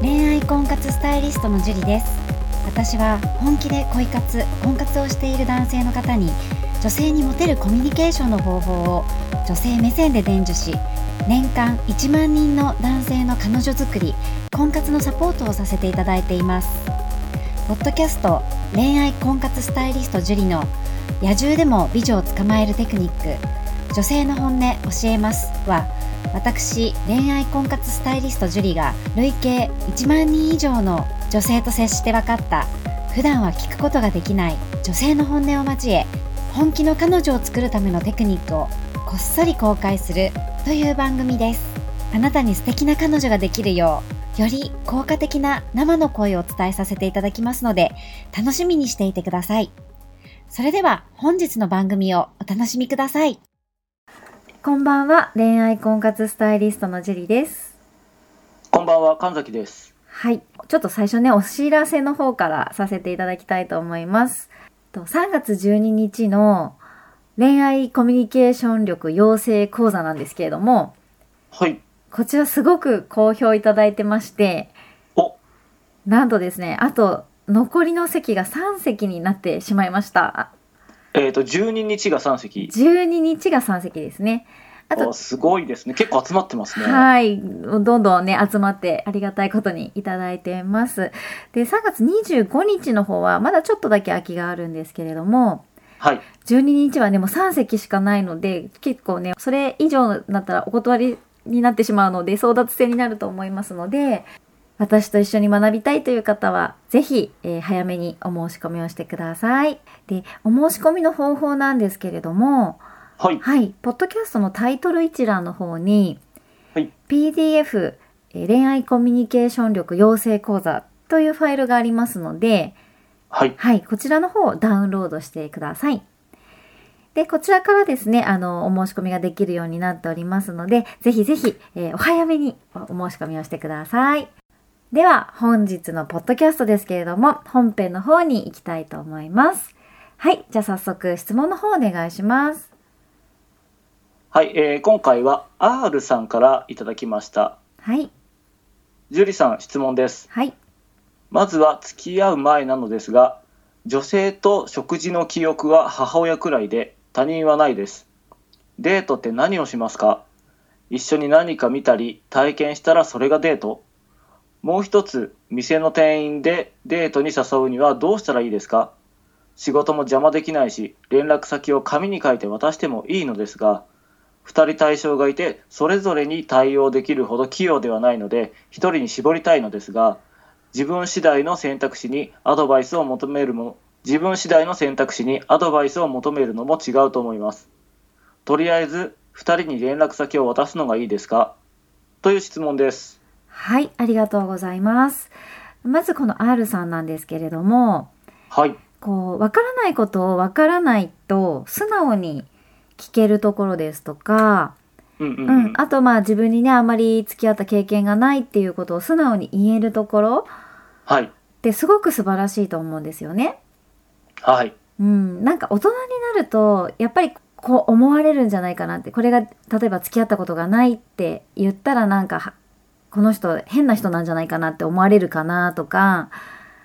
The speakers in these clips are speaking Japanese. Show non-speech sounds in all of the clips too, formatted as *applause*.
恋愛婚活スタイリストのジュリです私は本気で恋活婚活をしている男性の方に女性にモテるコミュニケーションの方法を女性目線で伝授し年間1万人の男性の彼女作り婚活のサポートをさせていただいていますポッドキャスト恋愛婚活スタイリストジュリの野獣でも美女を捕まえるテクニック女性の本音教えますは私恋愛婚活スタイリストジュリが累計1万人以上の女性と接して分かった普段は聞くことができない女性の本音を交え本気の彼女を作るためのテクニックをこっそり公開するという番組ですあなたに素敵な彼女ができるようより効果的な生の声をお伝えさせていただきますので楽しみにしていてくださいそれでは本日の番組をお楽しみくださいこんばんは、恋愛婚活スタイリストのジュリです。こんばんは、神崎です。はい、ちょっと最初ね、お知らせの方からさせていただきたいと思います。と3月12日の恋愛コミュニケーション力養成講座なんですけれども、はい。こちらすごく好評いただいてまして、おなんとですね、あと残りの席が3席になってしまいました。えっ、と、12日が3席。 12日が3席ですね。あとあすごいですね。結構集まってますね。はい。どんどんね、集まってありがたいことにいただいてます。で、3月25日の方は、まだちょっとだけ空きがあるんですけれども、はい。 12日はね、もう3席しかないので、結構ね、それ以上だったらお断りになってしまうので、争奪戦になると思いますので、私と一緒に学びたいという方は、ぜひ、えー早めにお申し込みをしてください。で、お申し込みの方法なんですけれども、はい。はい、ポッドキャストのタイトル一覧の方に、はい PDF えー恋愛コミュニケーション力養成講座というファイルがありますので、はい。はい、こちらの方をダウンロードしてください。で、こちらからですね、あの、お申し込みができるようになっておりますので、ぜひぜひ、えーお早めにおお申し込みをしてください。では、本日のポッドキャストですけれども、本編の方に行きたいと思います。はい、じゃあ早速質問の方お願いします。はい。えー今回は R さんからいただきました。はい。ジュリさん、質問です。はい。まずは付き合う前なのですが、女性と食事の記憶は母親くらいで、他人はないです。デートって何をしますか一緒に何か見たり、体験したらそれがデートもう一つ、店の店員でデートに誘うにはどうしたらいいですか仕事も邪魔できないし、連絡先を紙に書いて渡してもいいのですが、二人対象がいて、それぞれに対応できるほど器用ではないので、一人に絞りたいのですが、自分次第の選択肢にアドバイスを求めるも自分次第の選択肢にアドバイスを求めるのも違うと思いますとりあえず2人に連絡先を渡すのがいいですかという質問ですはい、ありがとうございます。まずこの R さんなんですけれども、はいこう、わからないことをわからないと素直に聞けるところですとか、うんうん、ううんん、あとまあ自分にね、あまり付き合った経験がないっていうことを素直に言えるところはいってすごく素晴らしいと思うんですよね。はいうん、なんか大人になると、やっぱりこう思われるんじゃないかなって、これが例えば付き合ったことがないって言ったらなんか、はこの人変な人なんじゃないかなって思われるかなとか、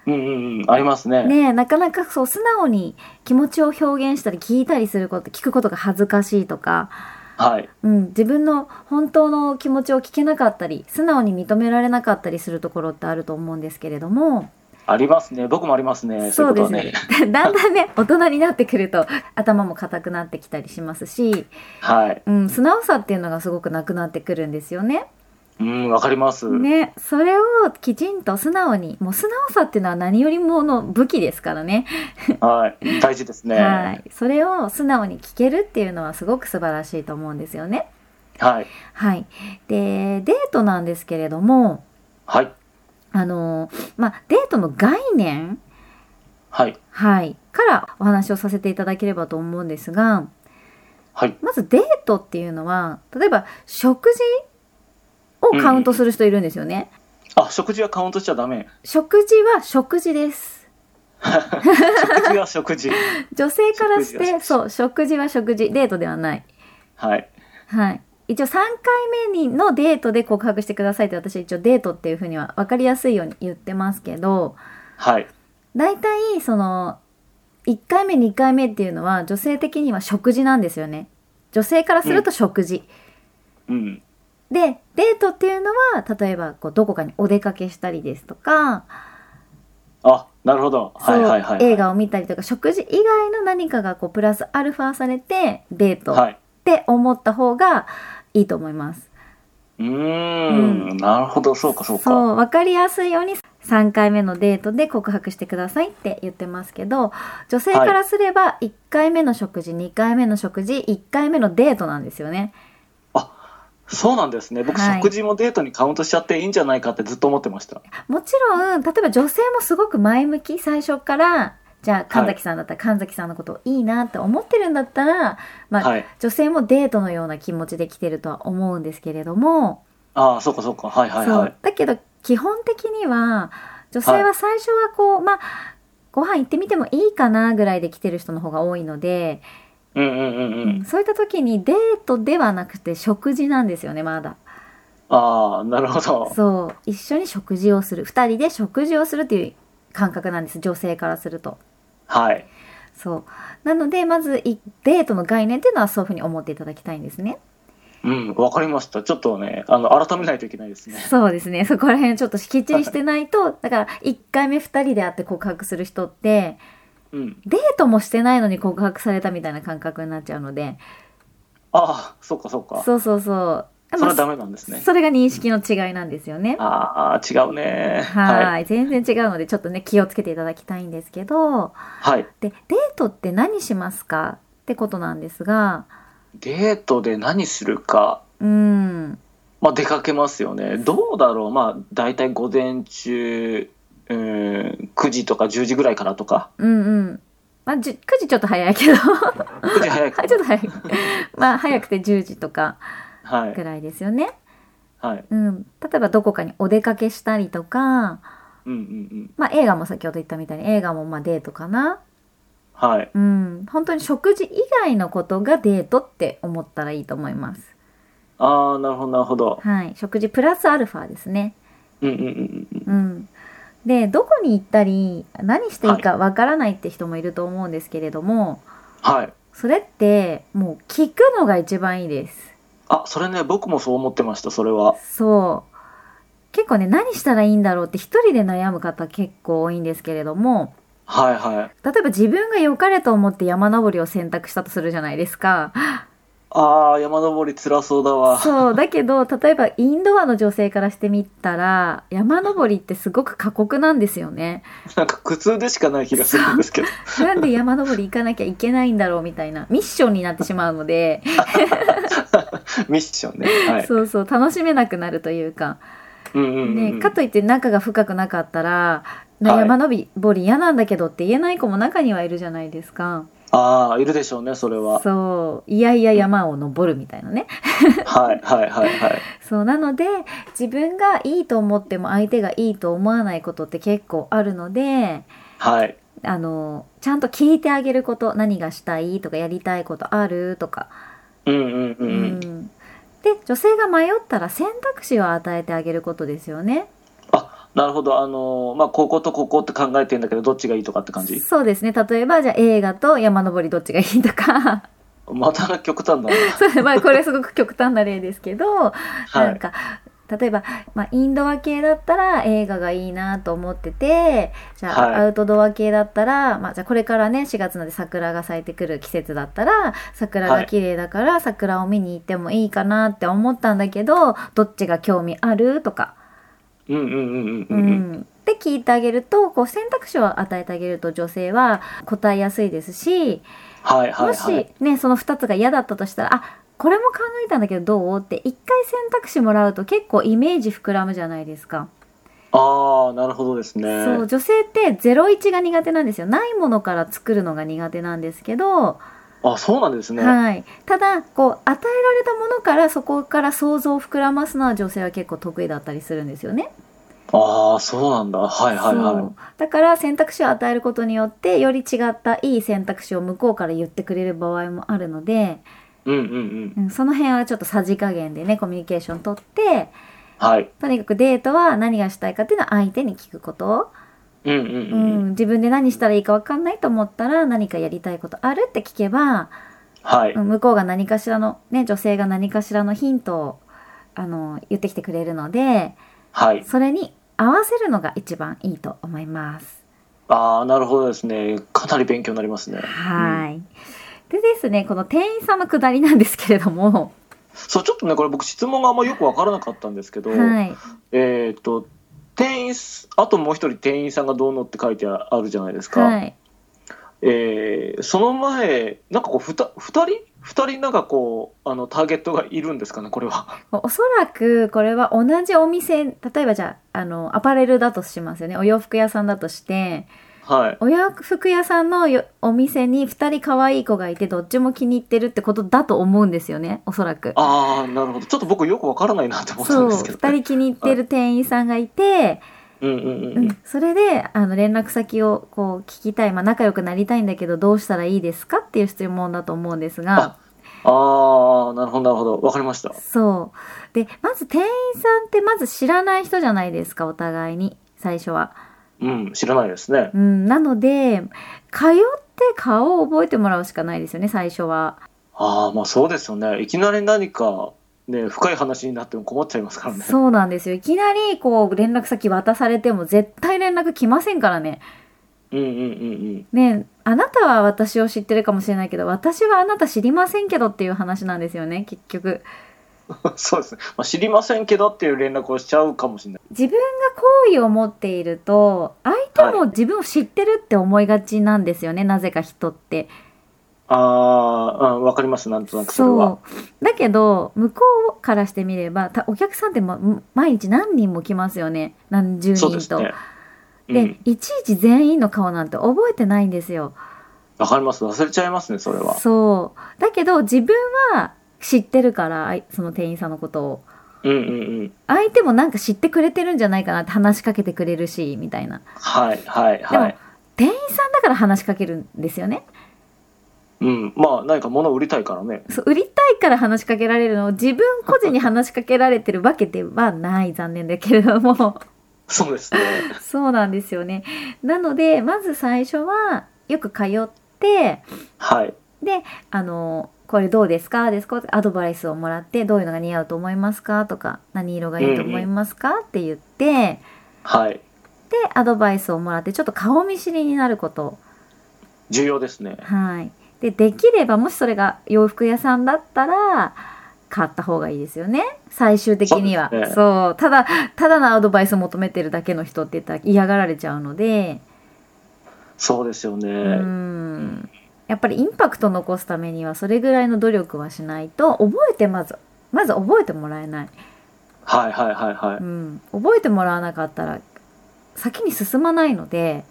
うんうんうんありますねねえ、なかなかそう素直に気持ちを表現したり聞いたりすること、聞くことが恥ずかしいとか、はいうん、自分の本当の気持ちを聞けなかったり、素直に認められなかったりするところってあると思うんですけれども、ありますね僕もありますねそういそううこでとはすねね。 *laughs* だんだんね、大人になってくると頭も固くなってきたりしますし、はいうん、素直さっていうのがすごくなくなってくるんですよね。うんわかります、ね、それをきちんと素直に、もう素直さっていうのは何よりもの武器ですからね。はい大事ですねははいい。それを素直に聞けるっていうのはすごく素晴らしいと思うんですよね。はい、はい。で、デートなんですけれども、はいあの、まあ、デートの概念、はいはい、からお話をさせていただければと思うんですが、はいまずデートっていうのは、例えば食事をカウントする人いるんですよね。あ食事はカウントしちゃダメ食事は食事です。食事は *laughs* 食事女性からし食事は食て、事そう、食事は食事、デートではない。はいはい。一応3回目にのデートで告白してくださいって私一応デートっていうふうには分かりやすいように言ってますけどはい。大体その1回目2回目っていうのは女性的には食事なんですよね女性からすると食事、うん。でデートっていうのは例えばこうどこかにお出かけしたりですとか、あ、なるほど。そはういはいはい。映画を見たりとか食事以外の何かがこうプラスアルファされてデートっはい。て思った方がいいと思います。うー。うんなるほど。そうかそうか。そう、わかりやすいように3回目のデートで告白してくださいって言ってますけど、女性からすれば1回目の食事、2回目の食事、1回目のデートなんですよね。そうなんですね。僕、はい食事もデートにカウントしちゃっていいんじゃないかってずっと思ってました。もちろん、例えば女性もすごく前向き、最初から、じゃあ神崎さんだったら神崎さんのことをいいなって思ってるんだったら、まあ、はい。女性もデートのような気持ちで来てるとは思うんですけれども、ああ、そうかそうか。はいはいはそうい。だけど基本的には女性は最初はこう、まあご飯行ってみてもいいかなぐらいで来てる人の方が多いので、うんうんうんううんん。そういった時にデートではなくて食事なんですよねまだああ、なるほど。そう一緒に食事をする2人で食事をするっていう感覚なんです女性からするとはい。そうなのでまずいデートの概念っていうのはそういうふうに思っていただきたいんです *laughs* ねうん、わかりました。ちょっとね、あの、改めないといけないですね。そうですねそこら辺ちょっときっちりしてないとだから1回目2人で会って告白する人ってうん。デートもしてないのに告白されたみたいな感覚になっちゃうのでああ、そうかそうか。そうそうそうそれはダメなんですね。それが認識の違いなんですよねああ、違うね。はいはい。全然違うのでちょっとね気をつけていただきたいんですけどはい。でデートって何しますかってことなんですがデートで何するか。うんまあ、出かけますよね。どうだろう。まあ、だいたい午前中、うん、9時とか10時ぐらいからとか。うんうんまあ、じゅ9時ちょっと早いけど *laughs* は9時早いかいちょっら。と早いまあ早くて10時とかはぐい。らいですよね、はい。うん、例えばどこかにお出かけしたりとか、うんうんうん。まあ、映画も先ほど言ったみたいに映画もまあデートかなはい。うん、本当に食事以外のことがデートって思ったらいいと思います。ああ、なるほど、なるほど。はい、食事プラスアルファですね。うんうんうんうん。うん。で、どこに行ったり、何していいかわからないって人もいると思うんですけれども、はい。それってもう聞くのが一番いいです。あ、それね、僕もそう思ってました、それは。そう。結構ね、何したらいいんだろうって一人で悩む方結構多いんですけれども、はいはい。例えば自分が良かれと思って山登りを選択したとするじゃないですか。ああ、山登り辛そうだわ。そうだけど例えばインドアの女性からしてみたら山登りってすごく過酷なんですよね。なんか苦痛でしかない気がするんですけど。なんで山登り行かなきゃいけないんだろうみたいなミッションになってしまうので、ミッションね。はい。そうそう楽しめなくなるというか、うんうんうんうね、ん。かといって仲が深くなかったら、なはい山登り嫌なんだけどって言えない子も中にはいるじゃないですか。ああ、いるでしょうね、それは。そういやいや山を登るみたいなね。はいはいはいはい。そうなので自分がいいと思っても相手がいいと思わないことって結構あるので。はい。あのちゃんと聞いてあげること何がしたいとかやりたいことあるとか、うんうんううんうん。で女性が迷ったら選択肢を与えてあげることですよねあ、なるほど。あのーまあ、こことここって考えてんだけど、どっちがいいとかって感じ。そうですね例えばじゃあ映画と山登りどっちがいいとか *laughs* また極端だな。そう、まあ、これすごく極端な例ですけど、はなんい。か例えば、まあ、インドア系だったら映画がいいなと思っててじゃあ、はいアウトドア系だったら、まあ、じゃあこれからね4月なんで桜が咲いてくる季節だったら桜が綺麗だから、桜を見に行ってもいいかなって思ったんだけどどっちが興味あるとか、うんうんうんううんうん。ん、って聞いてあげるとこう選択肢を与えてあげると女性は答えやすいですしはいはもいしはい。ね、その2つが嫌だったとしたら、あ、これも考えたんだけどどうって一回選択肢もらうと結構イメージ膨らむじゃないですか。ああ、なるほどですね。そう、女性って01が苦手なんですよ。ないものから作るのが苦手なんですけど、あ、そうなんですね。はい。ただ、こう、与えられたものからそこから想像を膨らますのは女性は結構得意だったりするんですよね。ああ、そうなんだ。はいはいそはうだから選択肢を与えることによって、より違ったいい選択肢を向こうから言ってくれる場合もあるので、い。うんうんうん。うん、その辺はちょっとさじ加減でねコミュニケーション取ってはい。とにかくデートは何がしたいかっていうのは相手に聞くこと、うんうんううん。うんん、自分で何したらいいか分かんないと思ったら何かやりたいことあるって聞けばはい。うん向こうが何かしらの、ね、女性が何かしらのヒントをあの言ってきてくれるのではい。それに合わせるのが一番いいと思います。ああ、なるほどですね。かなり勉強になりますね。はい、でですねこの店員さんのくだりなんですけれども、そう、ちょっとね、これ僕質問があんまよくわからなかったんですけど、はい、えっ、と、店員す、あともう一人店員さんがどうのって書いてあるじゃないですか。はい、えーその前、なんかこう、ふた、二人二人なんかこう、あの、ターゲットがいるんですかね、これは。 *laughs* おそらくこれは同じお店例えばじゃああのアパレルだとしますよねお洋服屋さんだとしてはい。お洋服屋さんのよお店に2人可愛い子がいてどっちも気に入ってるってことだと思うんですよねおそらく。ああ、なるほど。ちょっと僕よくわからないなって思ったそんうですけど、 2人気に入ってる店員さんがいて、うんうんうんううんん、それであの連絡先をこう聞きたい、まあ、仲良くなりたいんだけどどうしたらいいですかっていう質問だと思うんですが。ああ、なるほど、なるほど。わかりました。そう。で、まず店員さんってまず知らない人じゃないですか、お互いに、最初は。うん、知らないですね。うん、なので、通って顔を覚えてもらうしかないですよね、最初は。ああ、まあそうですよね。いきなり何か、ね、深い話になっても困っちゃいますからね。そうなんですよ。いきなり、こう、連絡先渡されても絶対連絡来ませんからね。うんうんうん *laughs* ねえあなたは私を知ってるかもしれないけど、私はあなた知りませんけどっていう話なんですよね、結局。うん。そうですね。まあ、知りませんけどっていう連絡をしちゃうかもしれない。自分が好意を持っていると、相手も自分を知ってるって思いがちなんですよね、なぜか人って。ああ、うん、わかります。なんとなくそれは。うだけど向こうからしてみればたお客さんって、ま、毎日何人も来ますよね何十人そうとですね。うでん、いちいち全員の顔なんて覚えてないんですよわかります。忘れちゃいますね、それは。そうだけど自分は知ってるからあいその店員さんのことをうんうんうん。相手もなんか知ってくれてるんじゃないかなって話しかけてくれるしみたいなはいはいはい。店員さんだから話しかけるんですよねうん。まあ、何か物を売りたいからね。そう売りたいから話しかけられるのを自分個人に話しかけられてるわけではない残念だけれども *laughs* そうですね。そうなんですよね。なので、まず最初は、よく通って、はい。あの、これどうですかですかアドバイスをもらって、どういうのが似合うと思いますかとか、何色がいいと思いますか、って言って、はい。で、アドバイスをもらって、ちょっと顔見知りになること。重要ですね。はい。で、できれば、もしそれが洋服屋さんだったら、買った方がいいですよね。最終的には。そうですねそう。ただ、ただのアドバイスを求めてるだけの人って言ったら嫌がられちゃうので、そうですよね。うーんやっぱりインパクト残すためにはそれぐらいの努力はしないと覚えてまずまず覚えてもらえない、。はいはいはいはいうん、覚えてもらわなかったら先に進まないので、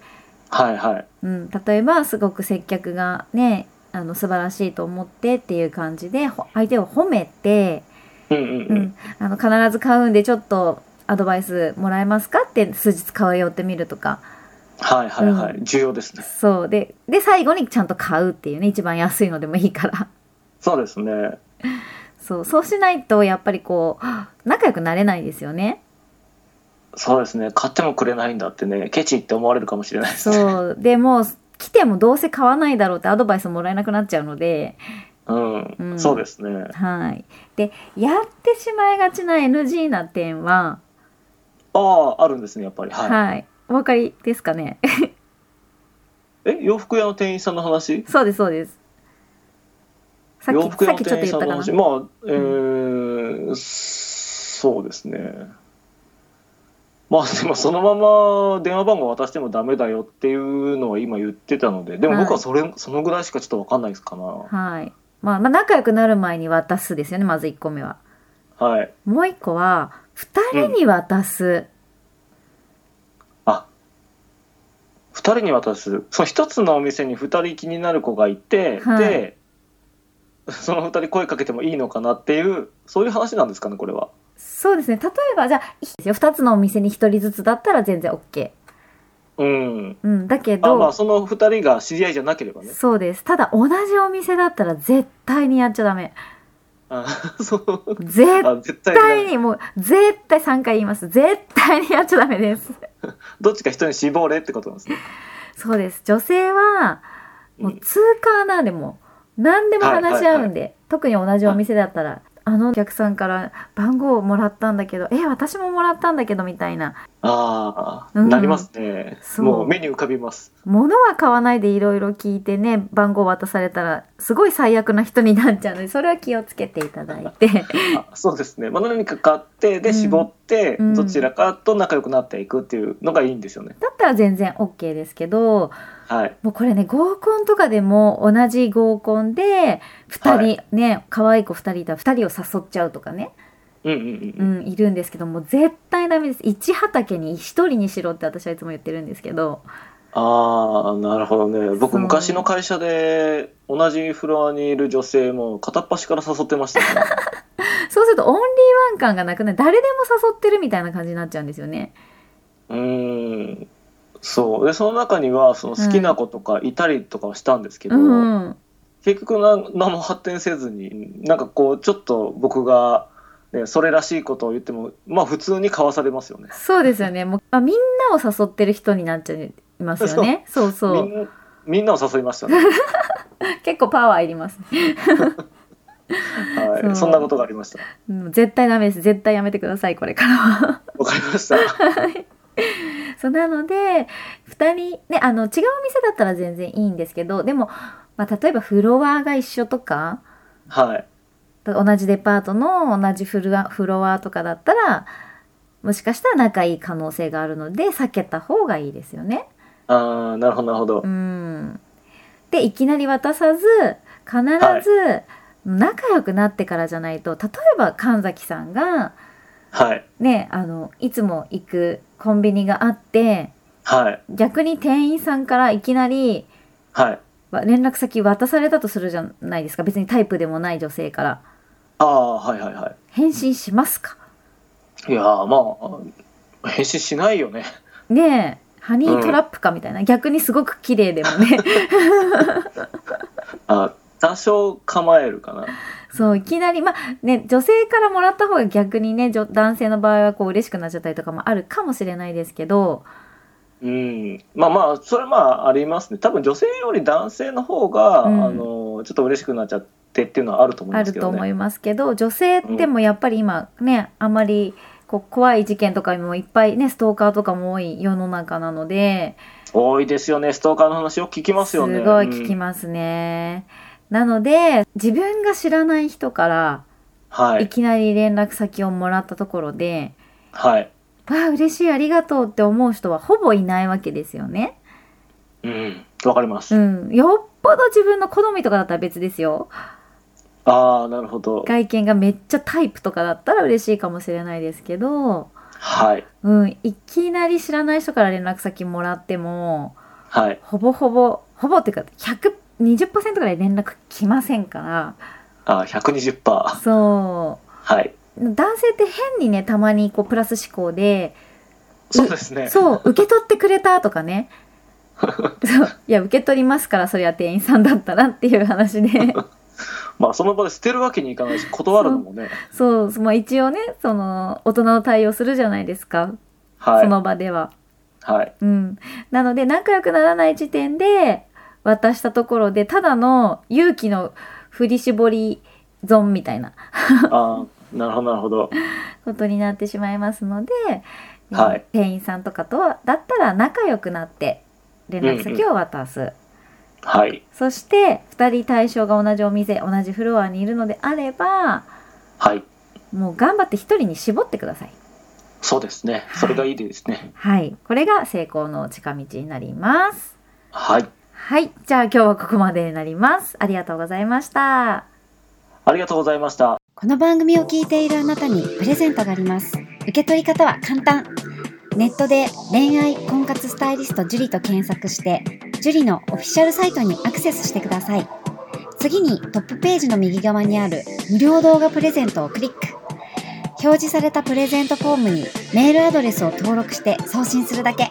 はいはい。うん、例えばすごく接客がねあの素晴らしいと思ってっていう感じでほ相手を褒めて、うんうんううん。ん、あの必ず買うんでちょっとアドバイスもらえますかって数日通い寄ってみるとかはいはいはい。重要ですね。そうでで最後にちゃんと買うっていうね一番安いのでもいいから。そうですね。そう、そうしないと、やっぱりこう、 *gasps* 仲良くなれないですよね。そうですね。買ってもくれないんだってね、ケチって思われるかもしれないですね。そう。でもう、来てもどうせ買わないだろうってアドバイスもらえなくなっちゃうので、うん、うんそうですね。はい。で、やってしまいがちな NG な点は、ああ、あるんですね、やっぱり。はい。はい。お分かりですかね。 *laughs* え、洋服屋の店員さんの話そうです、そうです。さっ洋き、服さ屋っのきちょっ店と員言さんったのか話。な。まあ、えー、そうですね。まあ、でもそのまま電話番号渡してもダメだよっていうのは今言ってたので、でも僕はそれ、そのぐらいしかちょっとわかんないですかな。はい。まあ、まあ、仲良くなる前に渡すですよね、まず1個目は。はい。もう1個は、2人に渡す。あ二人に渡すその一つのお店に二人気になる子がいて、はいでその二人声かけてもいいのかなっていうそういう話なんですかねこれはそうですね。例えば、じゃあ、いいですよ。2つのお店に1人ずつだったら全然 OK。うん。うん、だけあ、ど、まあ、その二人が知り合いじゃなければね。そうですただ同じお店だったら絶対にやっちゃダメあ、 *laughs* そう。絶あ、絶対対に。にもう絶対3回言います絶対にやっちゃダメですどっちか人に絞れってことなんですね。そうです女性はもううん通過なんでもう何でも話し合うんで、特に同じお店だったら、あのお客さんから番号をもらったんだけどえ私ももらったんだけどみたいなああ、うんなりますね。そうもう目に浮かびます。物は買わないでいろいろ聞いてね番号渡されたらすごい最悪な人になっちゃうのでそれは気をつけていただいてあそうですね。まあ、何か買って、うで、ん絞ってうん、どちらかと仲良くなっていくっていうのがいいんですよね。だったら全然 OK ですけどはい。もうこれね合コンとかでも同じ合コンでは2人、ね可愛い子2人いたら2人を誘っちゃうとかね、うんうんう。うんん、いるんですけどもう絶対ダメです一畑に1人にしろって私はいつも言ってるんですけどああ、なるほどね。そ僕、う昔の会社で、同じフロアにいる女性も片っ端から誘ってましたね。 *laughs* そうするとオンリーワン感がなくなる誰でも誘ってるみたいな感じになっちゃうんですよね。うーん。そう。で、その中には、その好きな子とかいたりとかはしたんですけど、うん結局なん何も発展せずに、なんかこう、ちょっと僕が、ね、それらしいことを言っても、まあ普通に交わされますよね。そうですよね。もう、まあ、みんなを誘ってる人になっちゃいますよね。そうそみうんみんなを誘いま *laughs* したね。結構パワーいります、ね。はい。そうそんなことがありました。うん絶対ダメです。絶対やめてください、これからは。わかりました。そうなので、二人、ね、あの、違うお店だったら全然いいんですけど、でも、まあ、例えばフロアが一緒とか、はい。同じデパートの同じフロアフロアとかだったら、もしかしたら仲いい可能性があるので、避けた方がいいですよね。ああ、なるほど、なるほどう。ん。で、いきなり渡さず、必ず、仲良くなってからじゃないと、例えば神崎さんが、はい。ね、あの、いつも行くコンビニがあって、はい。逆に店員さんからいきなり、はい。わ連絡先渡されたとするじゃないですか。別にタイプでもない女性から。ああ、はいはいは返信しますかい。いやー、まあ、返信しないよね。ねえ、ハニートラップかみたいな。逆にすごく綺麗でも *laughs* ね。あ多少構えるかな。そう、いきなり、まあね、女性からもらった方が逆にね、女男性の場合はこう嬉しくなっちゃったりとかもあるかもしれないですけど、うん、まあまあ、それはまあありますね。多分女性より男性の方が、うんあの、ちょっと嬉しくなっちゃってっていうのはあると思いあまするけとど思ね。いますけど、女性ってもやっぱり今ね、あまりこう怖い事件とかもいっぱいね、ストーカーとかも多い世の中なので、多いですよね。ストーカーの話を聞きますよね。ごい聞きうんますね。なので、自分が知らない人からはいい。きなり連絡先をもらったところで、はい。わあ、嬉しい、ありがとうって思う人はほぼいないわけですよね。うん。わかります。うん、よっぽど自分の好みとかだったら別ですよああ、なるほど。外見がめっちゃタイプとかだったら嬉しいかもしれないですけど、はい。うん、いきなり知らない人から連絡先もらってもはい。ほぼほぼほぼっていうか120%ぐらい連絡来ませんからあ120%。そはい。う男性って変にねたまにこうプラス思考でそうですね。そう受け取ってくれたとか *laughs* ねそういや受け取りますからそれは店員さんだったらっていう *laughs* 話で。まあ、その場で捨てるわけにいかないし、断るのもね。そう、まあ、一応ね、その、大人の対応するじゃないですか、はそい。の場では。はい。うん。なので、仲良くならない時点で、渡したところで、ただの勇気の振り絞り損みたいなああ、なるほど、なるほど。ことになってしまいますので、はい店員さんとかとは、だったら仲良くなって、連絡先を渡す。はい。そして、二人対象が同じお店、同じフロアにいるのであれば、はい。もう頑張って一人に絞ってください。そうですね。それがいいですね。はい。これが成功の近道になります。はい。はい。じゃあ今日はここまでになります。ありがとうございました。ありがとうございました。この番組を聞いているあなたにプレゼントがあります。受け取り方は簡単。ネットで恋愛婚活スタイリストジュリと検索して、ジュリのオフィシャルサイトにアクセスしてください。次にトップページの右側にある無料動画プレゼントをクリック。表示されたプレゼントフォームにメールアドレスを登録して送信するだけ。